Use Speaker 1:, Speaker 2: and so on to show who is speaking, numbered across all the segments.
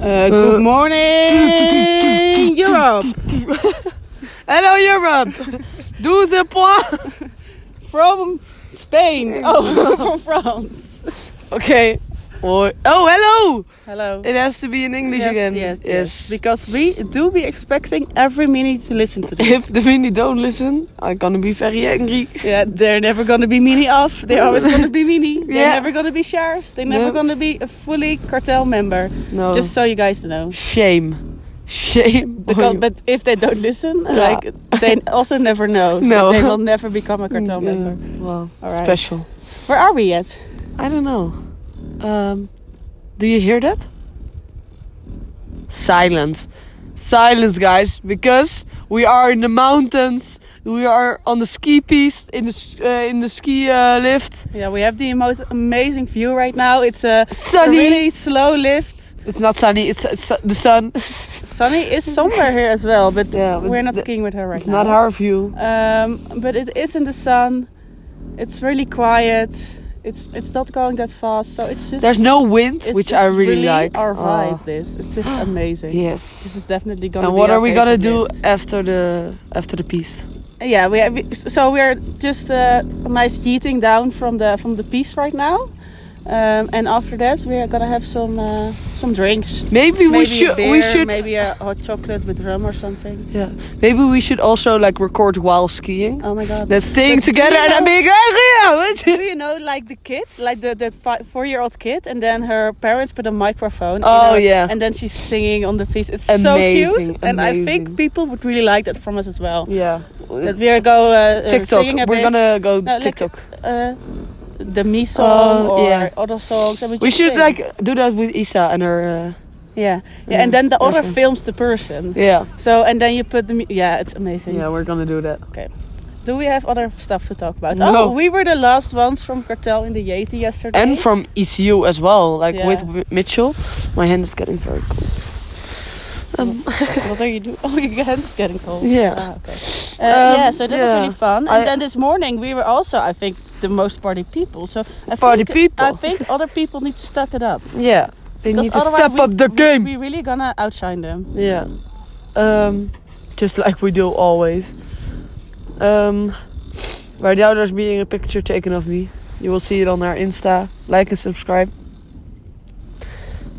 Speaker 1: Uh, good morning, Europe. Hello, Europe. 12 points from Spain. Oh, from France.
Speaker 2: Okay. Or, oh, hello!
Speaker 1: Hello.
Speaker 2: It has to be in English
Speaker 1: yes,
Speaker 2: again.
Speaker 1: Yes, yes, Because we do be expecting every mini to listen to this.
Speaker 2: If the mini don't listen, I'm gonna be very angry.
Speaker 1: yeah, they're never gonna be mini off. They're always gonna be mini. They're
Speaker 2: Yeah.
Speaker 1: never gonna be sheriff. They're never
Speaker 2: Nope.
Speaker 1: gonna be a fully cartel member.
Speaker 2: No.
Speaker 1: Just so you guys know.
Speaker 2: shame. Shame. on
Speaker 1: Because,
Speaker 2: you.
Speaker 1: but if they don't listen,
Speaker 2: Yeah.
Speaker 1: like they also never know.
Speaker 2: No.
Speaker 1: they will never become a cartel
Speaker 2: Mm, Yeah,
Speaker 1: member.
Speaker 2: Well,
Speaker 1: All right.
Speaker 2: special.
Speaker 1: Where are we yet?
Speaker 2: I don't know. Um, do you hear that? Silence. Silence, guys, because we are in the mountains. We are on the ski piste, in the s- uh, in the ski uh, lift.
Speaker 1: Yeah, we have the most amazing view right now. It's a
Speaker 2: Sunny.
Speaker 1: a really slow lift.
Speaker 2: It's not sunny. It's, it's su- the sun.
Speaker 1: Sunny is somewhere here as well, but
Speaker 2: Yeah, but
Speaker 1: we're
Speaker 2: it's
Speaker 1: not
Speaker 2: the-
Speaker 1: skiing with her right
Speaker 2: it's
Speaker 1: now.
Speaker 2: not our view.
Speaker 1: Um, but it is in the sun. It's really quiet. It's it's not going that fast, so it's just
Speaker 2: There's no wind,
Speaker 1: it's
Speaker 2: which
Speaker 1: just
Speaker 2: I really, like.
Speaker 1: Our vibe,
Speaker 2: Oh,
Speaker 1: this it's just amazing. This
Speaker 2: yes.
Speaker 1: is definitely gonna.
Speaker 2: And
Speaker 1: be
Speaker 2: what
Speaker 1: our
Speaker 2: are we gonna
Speaker 1: favorite
Speaker 2: do
Speaker 1: list.
Speaker 2: after the after the piece?
Speaker 1: Yeah, we, we so we're just uh, nice yeeting down from the from the piece right now, um, and after that we are gonna have some uh, some drinks.
Speaker 2: Maybe, we
Speaker 1: Maybe a
Speaker 2: should we
Speaker 1: beer,
Speaker 2: should
Speaker 1: maybe a hot chocolate with rum or something.
Speaker 2: Yeah. Maybe we should also like record while skiing.
Speaker 1: Oh my god.
Speaker 2: That's staying
Speaker 1: But do
Speaker 2: together
Speaker 1: you
Speaker 2: and I'm
Speaker 1: know-
Speaker 2: being angry.
Speaker 1: Do you know like the kid, like the the fi- four-year-old kid, and then her parents put a microphone. in
Speaker 2: Oh,
Speaker 1: her-
Speaker 2: yeah.
Speaker 1: And then she's singing on the piece. It's so
Speaker 2: Amazing,
Speaker 1: cute, and I
Speaker 2: amazing.
Speaker 1: think people would really like that from us as well.
Speaker 2: Yeah.
Speaker 1: That we go uh, uh,
Speaker 2: TikTok.
Speaker 1: singing a
Speaker 2: We're
Speaker 1: bit,
Speaker 2: gonna go
Speaker 1: No, like-
Speaker 2: TikTok.
Speaker 1: uh, the me song
Speaker 2: Oh,
Speaker 1: or
Speaker 2: yeah.
Speaker 1: other songs. And
Speaker 2: we
Speaker 1: just
Speaker 2: should
Speaker 1: sing.
Speaker 2: like do that with Isa and her. Uh,
Speaker 1: yeah, yeah,
Speaker 2: Mm,
Speaker 1: and then the other
Speaker 2: reference.
Speaker 1: films the person.
Speaker 2: yeah.
Speaker 1: So and then you put the mu- yeah, it's amazing.
Speaker 2: we're gonna do that.
Speaker 1: Do we have other stuff to talk about?
Speaker 2: No.
Speaker 1: Oh, we were the last ones from Cartel in the Yeti yesterday.
Speaker 2: And from ECU as well, like
Speaker 1: Yeah.
Speaker 2: with M- Mitchell. My hand is getting very cold. Um,
Speaker 1: what are you doing? Oh, your hand's getting cold.
Speaker 2: Yeah.
Speaker 1: Ah, okay. Uh,
Speaker 2: Um,
Speaker 1: yeah. So that was
Speaker 2: yeah.
Speaker 1: really fun. And
Speaker 2: I-
Speaker 1: then this morning we were also, I think, the most party people. So I
Speaker 2: Party
Speaker 1: think,
Speaker 2: people.
Speaker 1: I think other people need to step it up.
Speaker 2: yeah, they
Speaker 1: Because
Speaker 2: need to
Speaker 1: otherwise
Speaker 2: step
Speaker 1: we-
Speaker 2: up their
Speaker 1: we-
Speaker 2: game.
Speaker 1: We really gonna outshine them.
Speaker 2: Yeah. Um, just like we do always. Um, right now there's being a picture taken of me. You will see it on our Insta. Like and subscribe.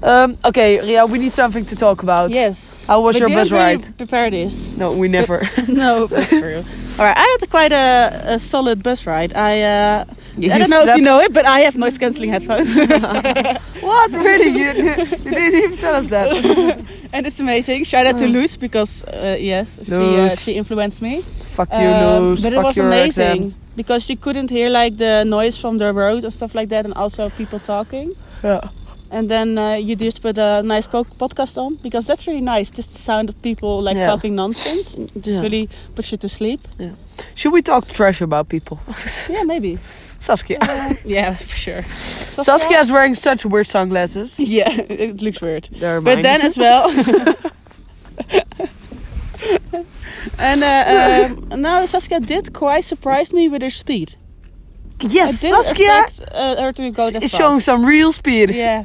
Speaker 2: Um, okay, Ria, we need something to talk about.
Speaker 1: Yes.
Speaker 2: How was
Speaker 1: But
Speaker 2: your
Speaker 1: didn't we
Speaker 2: bus ride?
Speaker 1: Prepare this.
Speaker 2: No, we never.
Speaker 1: no, that's true. All right, I had quite a, a solid bus ride. I uh,
Speaker 2: You
Speaker 1: I don't know if
Speaker 2: slept-
Speaker 1: you know it, but I have noise cancelling headphones.
Speaker 2: What? Really? You, you didn't even tell us
Speaker 1: Um,
Speaker 2: that.
Speaker 1: and it's amazing. Shout out to
Speaker 2: Oh.
Speaker 1: Luz because uh, yes, she uh,
Speaker 2: Luz.
Speaker 1: she influenced me.
Speaker 2: Fuck you,
Speaker 1: Um,
Speaker 2: Loes.
Speaker 1: but
Speaker 2: Fuck
Speaker 1: it was
Speaker 2: your
Speaker 1: amazing
Speaker 2: exams.
Speaker 1: because you couldn't hear like the noise from the road and stuff like that, and also people talking.
Speaker 2: Yeah.
Speaker 1: And then uh, you just put a nice po- podcast on because that's really nice. Just the sound of people like
Speaker 2: Yeah.
Speaker 1: talking nonsense and just
Speaker 2: Yeah.
Speaker 1: really puts you to sleep.
Speaker 2: Should we talk trash about people?
Speaker 1: Yeah, maybe.
Speaker 2: Saskia.
Speaker 1: Uh, yeah, for sure.
Speaker 2: Saskia is wearing such weird sunglasses.
Speaker 1: Yeah, it looks weird.
Speaker 2: They're
Speaker 1: But
Speaker 2: mine.
Speaker 1: then as well. and uh, um, now Saskia did quite surprise me with her speed.
Speaker 2: yes,
Speaker 1: I did
Speaker 2: Saskia
Speaker 1: expect, uh, her to go that
Speaker 2: is
Speaker 1: fast.
Speaker 2: showing some real speed.
Speaker 1: Yeah,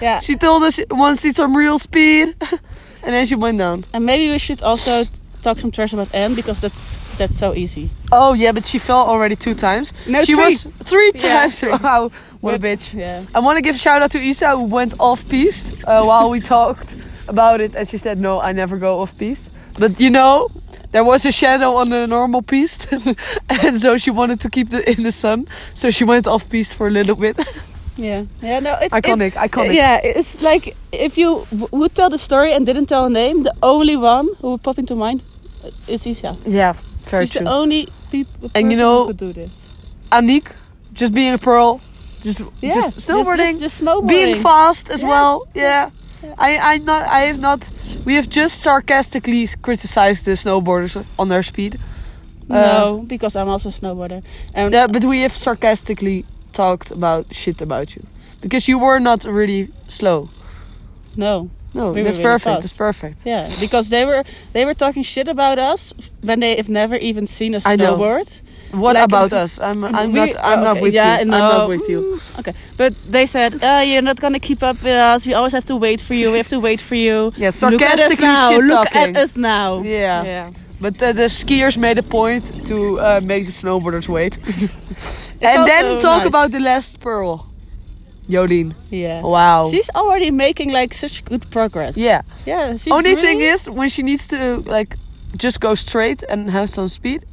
Speaker 1: yeah.
Speaker 2: she told us she once did some real speed, and then she went down.
Speaker 1: And maybe we should also talk some trash about Anne because that that's so easy.
Speaker 2: Oh yeah, but she fell already two times.
Speaker 1: No,
Speaker 2: she
Speaker 1: three.
Speaker 2: was three
Speaker 1: Yeah,
Speaker 2: times. Wow, what a
Speaker 1: But-
Speaker 2: bitch!
Speaker 1: Yeah.
Speaker 2: I want to give shout out to Isa who went off piste uh, while we talked about it, and she said, "No, I never go off piste." But you know, there was a shadow on the normal piste, and so she wanted to keep the in the sun, so she went off piste for a little bit.
Speaker 1: Yeah. Yeah. No. It's it's-
Speaker 2: iconic, iconic.
Speaker 1: Yeah, it's like if you w- would tell the story and didn't tell a name, the only one who would pop into mind is Isa.
Speaker 2: yeah, very
Speaker 1: She's the only people
Speaker 2: And you know-
Speaker 1: who could do this.
Speaker 2: Aniek, just being a pearl, just
Speaker 1: Yeah,
Speaker 2: just snowboarding,
Speaker 1: just, just snowboarding.
Speaker 2: being fast as
Speaker 1: Yeah.
Speaker 2: well. Yeah,
Speaker 1: Yeah.
Speaker 2: I I not I have not. We have just sarcastically criticized the snowboarders on their speed. Uh.
Speaker 1: no, because I'm also a snowboarder. Um,
Speaker 2: Yeah, but we have sarcastically talked about shit about you because you were not really slow.
Speaker 1: No,
Speaker 2: No,
Speaker 1: We were
Speaker 2: that's
Speaker 1: really
Speaker 2: perfect.
Speaker 1: fast.
Speaker 2: That's perfect.
Speaker 1: yeah, because they were they were talking shit about us when they have never even seen us
Speaker 2: I know.
Speaker 1: snowboard.
Speaker 2: What
Speaker 1: Like-
Speaker 2: about us? I'm I'm
Speaker 1: We-
Speaker 2: not I'm not
Speaker 1: okay,
Speaker 2: with
Speaker 1: yeah,
Speaker 2: you.
Speaker 1: no. Mm,
Speaker 2: I'm not with you.
Speaker 1: Okay, but they said uh, you're not gonna keep up with us. We always have to wait for you. We have to wait for you.
Speaker 2: Yeah,
Speaker 1: Look at us
Speaker 2: sarcastically
Speaker 1: now.
Speaker 2: shit
Speaker 1: Look
Speaker 2: talking.
Speaker 1: at us now.
Speaker 2: Yeah. But uh, the skiers made a point to uh, make the snowboarders wait. and then
Speaker 1: also
Speaker 2: talk
Speaker 1: nice.
Speaker 2: about the last pearl. Jolien.
Speaker 1: Yeah.
Speaker 2: Wow.
Speaker 1: She's already making like such good progress.
Speaker 2: yeah.
Speaker 1: Yeah. She's
Speaker 2: Only
Speaker 1: really-
Speaker 2: thing is, when she needs to like just go straight and have some speed,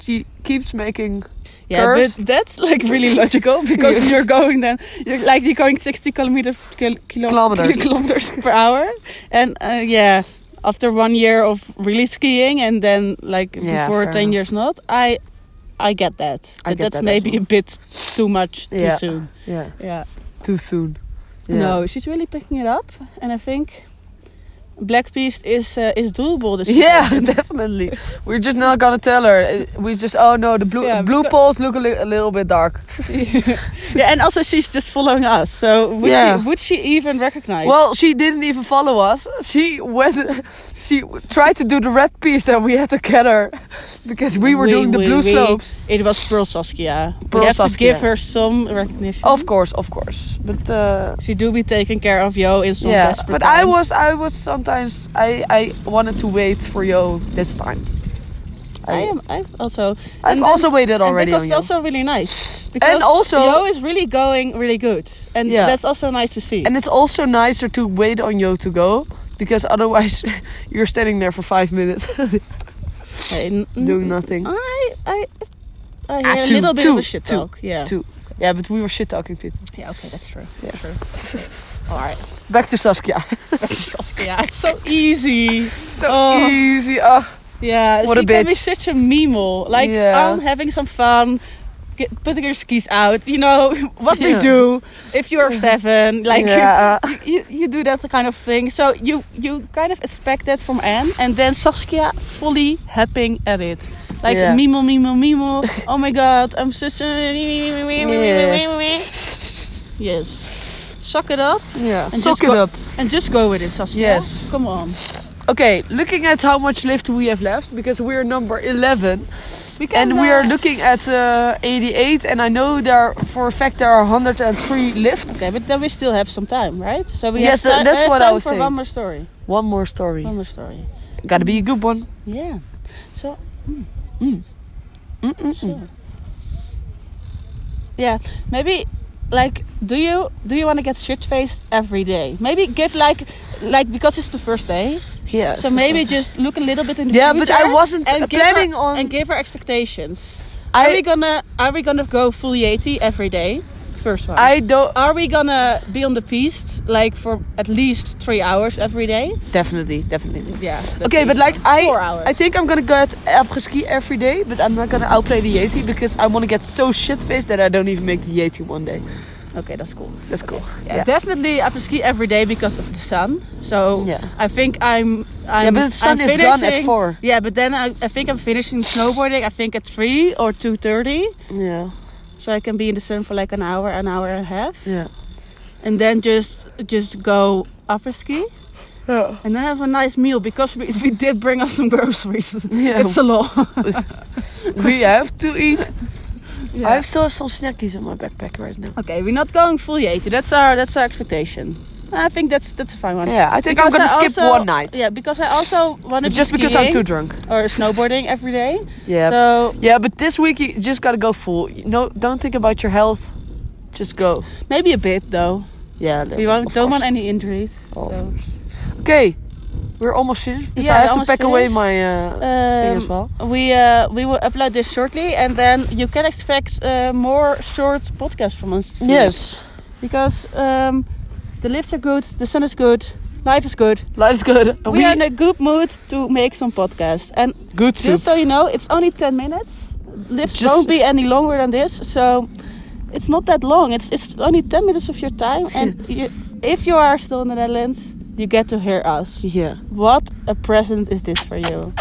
Speaker 2: she keeps making.
Speaker 1: yeah,
Speaker 2: curves.
Speaker 1: but that's like really logical because you're going then you're like you're going 60 kilometers kil- kilo-
Speaker 2: Kilometers.
Speaker 1: kilometers per hour, and uh, yeah, after one year of really skiing and then like
Speaker 2: Yeah,
Speaker 1: before
Speaker 2: fair
Speaker 1: 10
Speaker 2: enough.
Speaker 1: years not, I I get that,
Speaker 2: I
Speaker 1: but
Speaker 2: get
Speaker 1: that's
Speaker 2: that as
Speaker 1: maybe
Speaker 2: well.
Speaker 1: a bit too much too
Speaker 2: Yeah.
Speaker 1: soon.
Speaker 2: Yeah.
Speaker 1: Yeah.
Speaker 2: Too soon.
Speaker 1: No, she's really picking it up, and I think Black Beast is uh, is doable this
Speaker 2: Yeah,
Speaker 1: year.
Speaker 2: definitely. We're just not gonna tell her. Uh, We just oh no, the blue
Speaker 1: Yeah,
Speaker 2: blue
Speaker 1: becau-
Speaker 2: poles look a, li- a little bit dark.
Speaker 1: yeah, and also she's just following us. So would
Speaker 2: Yeah.
Speaker 1: she would she even recognize?
Speaker 2: Well, she didn't even follow us. She went. She tried to do the red piece, and we had to get her because we were
Speaker 1: We-
Speaker 2: doing the
Speaker 1: we-
Speaker 2: blue
Speaker 1: we-
Speaker 2: slopes.
Speaker 1: it was Pearl Saskia.
Speaker 2: Pearl
Speaker 1: we have to
Speaker 2: Saskia.
Speaker 1: give her some recognition.
Speaker 2: Of course, of course. But uh,
Speaker 1: she do be taking care of yo in some
Speaker 2: yeah,
Speaker 1: desperate
Speaker 2: but I
Speaker 1: times.
Speaker 2: was, I was sometimes, I, I wanted to wait for you this time.
Speaker 1: I am. I also.
Speaker 2: I've
Speaker 1: and then-
Speaker 2: also waited already.
Speaker 1: And because
Speaker 2: on you.
Speaker 1: it's also really nice. Because
Speaker 2: also-
Speaker 1: yo is really going really good, and
Speaker 2: Yeah.
Speaker 1: that's also nice to see.
Speaker 2: And it's also nicer to wait on Yo to go because otherwise you're standing there for five minutes
Speaker 1: And-
Speaker 2: doing nothing.
Speaker 1: I I I hear a
Speaker 2: Ah, two,
Speaker 1: little bit
Speaker 2: two,
Speaker 1: of a shit
Speaker 2: two,
Speaker 1: talk. Yeah.
Speaker 2: two. Yeah, but we were shit talking people.
Speaker 1: Yeah. Okay, that's true. That's true. All right.
Speaker 2: Back to Saskia.
Speaker 1: Yeah, it's so easy.
Speaker 2: so
Speaker 1: Oh.
Speaker 2: easy. Oh.
Speaker 1: Yeah,
Speaker 2: What
Speaker 1: she
Speaker 2: a
Speaker 1: can be
Speaker 2: bitch.
Speaker 1: such a meme. Like
Speaker 2: Yeah.
Speaker 1: I'm having some fun, get, putting your skis out. You know what we
Speaker 2: Yeah.
Speaker 1: do if you're seven. Like you-
Speaker 2: yeah.
Speaker 1: you, you, you do that kind of thing. So you you kind of expect that from Anne, and then Saskia fully happy at it. Like
Speaker 2: Yeah.
Speaker 1: mimo mimo mimo. oh my god, I'm such a yes. Suck it up
Speaker 2: yeah.
Speaker 1: just
Speaker 2: Suck it
Speaker 1: go-
Speaker 2: up.
Speaker 1: and just go with it, Saskia.
Speaker 2: Yes.
Speaker 1: Come on.
Speaker 2: Okay, looking at how much lift we have left because we're number 11
Speaker 1: We can,
Speaker 2: and we are
Speaker 1: uh,
Speaker 2: looking at uh, 88 and I know there for a fact there are 103 lifts.
Speaker 1: Okay, but then we still have some time, right? So we
Speaker 2: Yes,
Speaker 1: have ti-
Speaker 2: that's
Speaker 1: I have
Speaker 2: what I
Speaker 1: time
Speaker 2: was
Speaker 1: for
Speaker 2: saying.
Speaker 1: one more story.
Speaker 2: One more story.
Speaker 1: One more story.
Speaker 2: Gotta be a good one.
Speaker 1: Yeah. So. Mm. so- Yeah, maybe like do you do you want to get shit faced every day? Maybe give like like because it's the first day,
Speaker 2: Yeah.
Speaker 1: so maybe just look a little bit in the
Speaker 2: Yeah,
Speaker 1: future.
Speaker 2: but I wasn't
Speaker 1: and give her-
Speaker 2: planning on.
Speaker 1: and give her expectations.
Speaker 2: I
Speaker 1: are we gonna are we gonna go full yeti every day? First one.
Speaker 2: I don't uh,
Speaker 1: Are we gonna be on the piste like for at least three hours every day?
Speaker 2: definitely definitely.
Speaker 1: Yeah. that's
Speaker 2: Okay, but
Speaker 1: easy.
Speaker 2: like I,
Speaker 1: four hours.
Speaker 2: I think I'm gonna get après ski every day, but I'm not gonna outplay the Yeti because I want to get so shit faced that I don't even make the Yeti one day.
Speaker 1: okay, that's cool.
Speaker 2: That's cool.
Speaker 1: Yeah, definitely after ski every day because of the sun. So
Speaker 2: Yeah.
Speaker 1: I think I'm. I'm
Speaker 2: Yeah, but the sun
Speaker 1: I'm
Speaker 2: is gone at
Speaker 1: finishing-
Speaker 2: four.
Speaker 1: Yeah, but then I, I think I'm finishing snowboarding. I think at three or two thirty,
Speaker 2: Yeah,
Speaker 1: so I can be in the sun for like an hour, an hour and a half,
Speaker 2: yeah.
Speaker 1: and then just just go upper ski.
Speaker 2: Yeah.
Speaker 1: And then have a nice meal because we, we did bring us some groceries.
Speaker 2: Yeah.
Speaker 1: It's a lot.
Speaker 2: we have to eat.
Speaker 1: Yeah.
Speaker 2: I have still have some snackies in my backpack right now.
Speaker 1: Okay, we're not going full yeti. That's our that's our expectation. I think that's that's a fine one.
Speaker 2: Yeah, I think I'm gonna
Speaker 1: Because I
Speaker 2: skip
Speaker 1: also-
Speaker 2: one night.
Speaker 1: Yeah, because I also want to
Speaker 2: Just
Speaker 1: be
Speaker 2: because I'm too
Speaker 1: skiing
Speaker 2: drunk.
Speaker 1: or snowboarding every day.
Speaker 2: Yeah.
Speaker 1: So
Speaker 2: yeah, but this week you just gotta go full. You No, don't think about your health. Just go.
Speaker 1: maybe a bit though.
Speaker 2: Yeah.
Speaker 1: We won't, don't want any injuries.
Speaker 2: Of
Speaker 1: so.
Speaker 2: Okay, we're almost finished. because
Speaker 1: Yeah,
Speaker 2: I have to
Speaker 1: almost
Speaker 2: pack away
Speaker 1: finished.
Speaker 2: my uh, thing as
Speaker 1: Um,
Speaker 2: well.
Speaker 1: We uh, we will upload this shortly, and then you can expect uh, more short podcasts from us. this week.
Speaker 2: Yes,
Speaker 1: Because um, the lifts are good, the sun is good, life is good.
Speaker 2: life's good. And
Speaker 1: We, are in a good mood to make some podcasts, and
Speaker 2: good too.
Speaker 1: Just so you know, it's only 10 minutes. Lifts
Speaker 2: Just-
Speaker 1: won't be any longer than this, so it's not that long. It's it's only 10 minutes of your time, and you, if you are still in the Netherlands, you get to hear us.
Speaker 2: Yeah.
Speaker 1: What a present is this for you?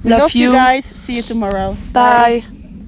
Speaker 2: Love you.
Speaker 1: guys. See you tomorrow.
Speaker 2: Bye.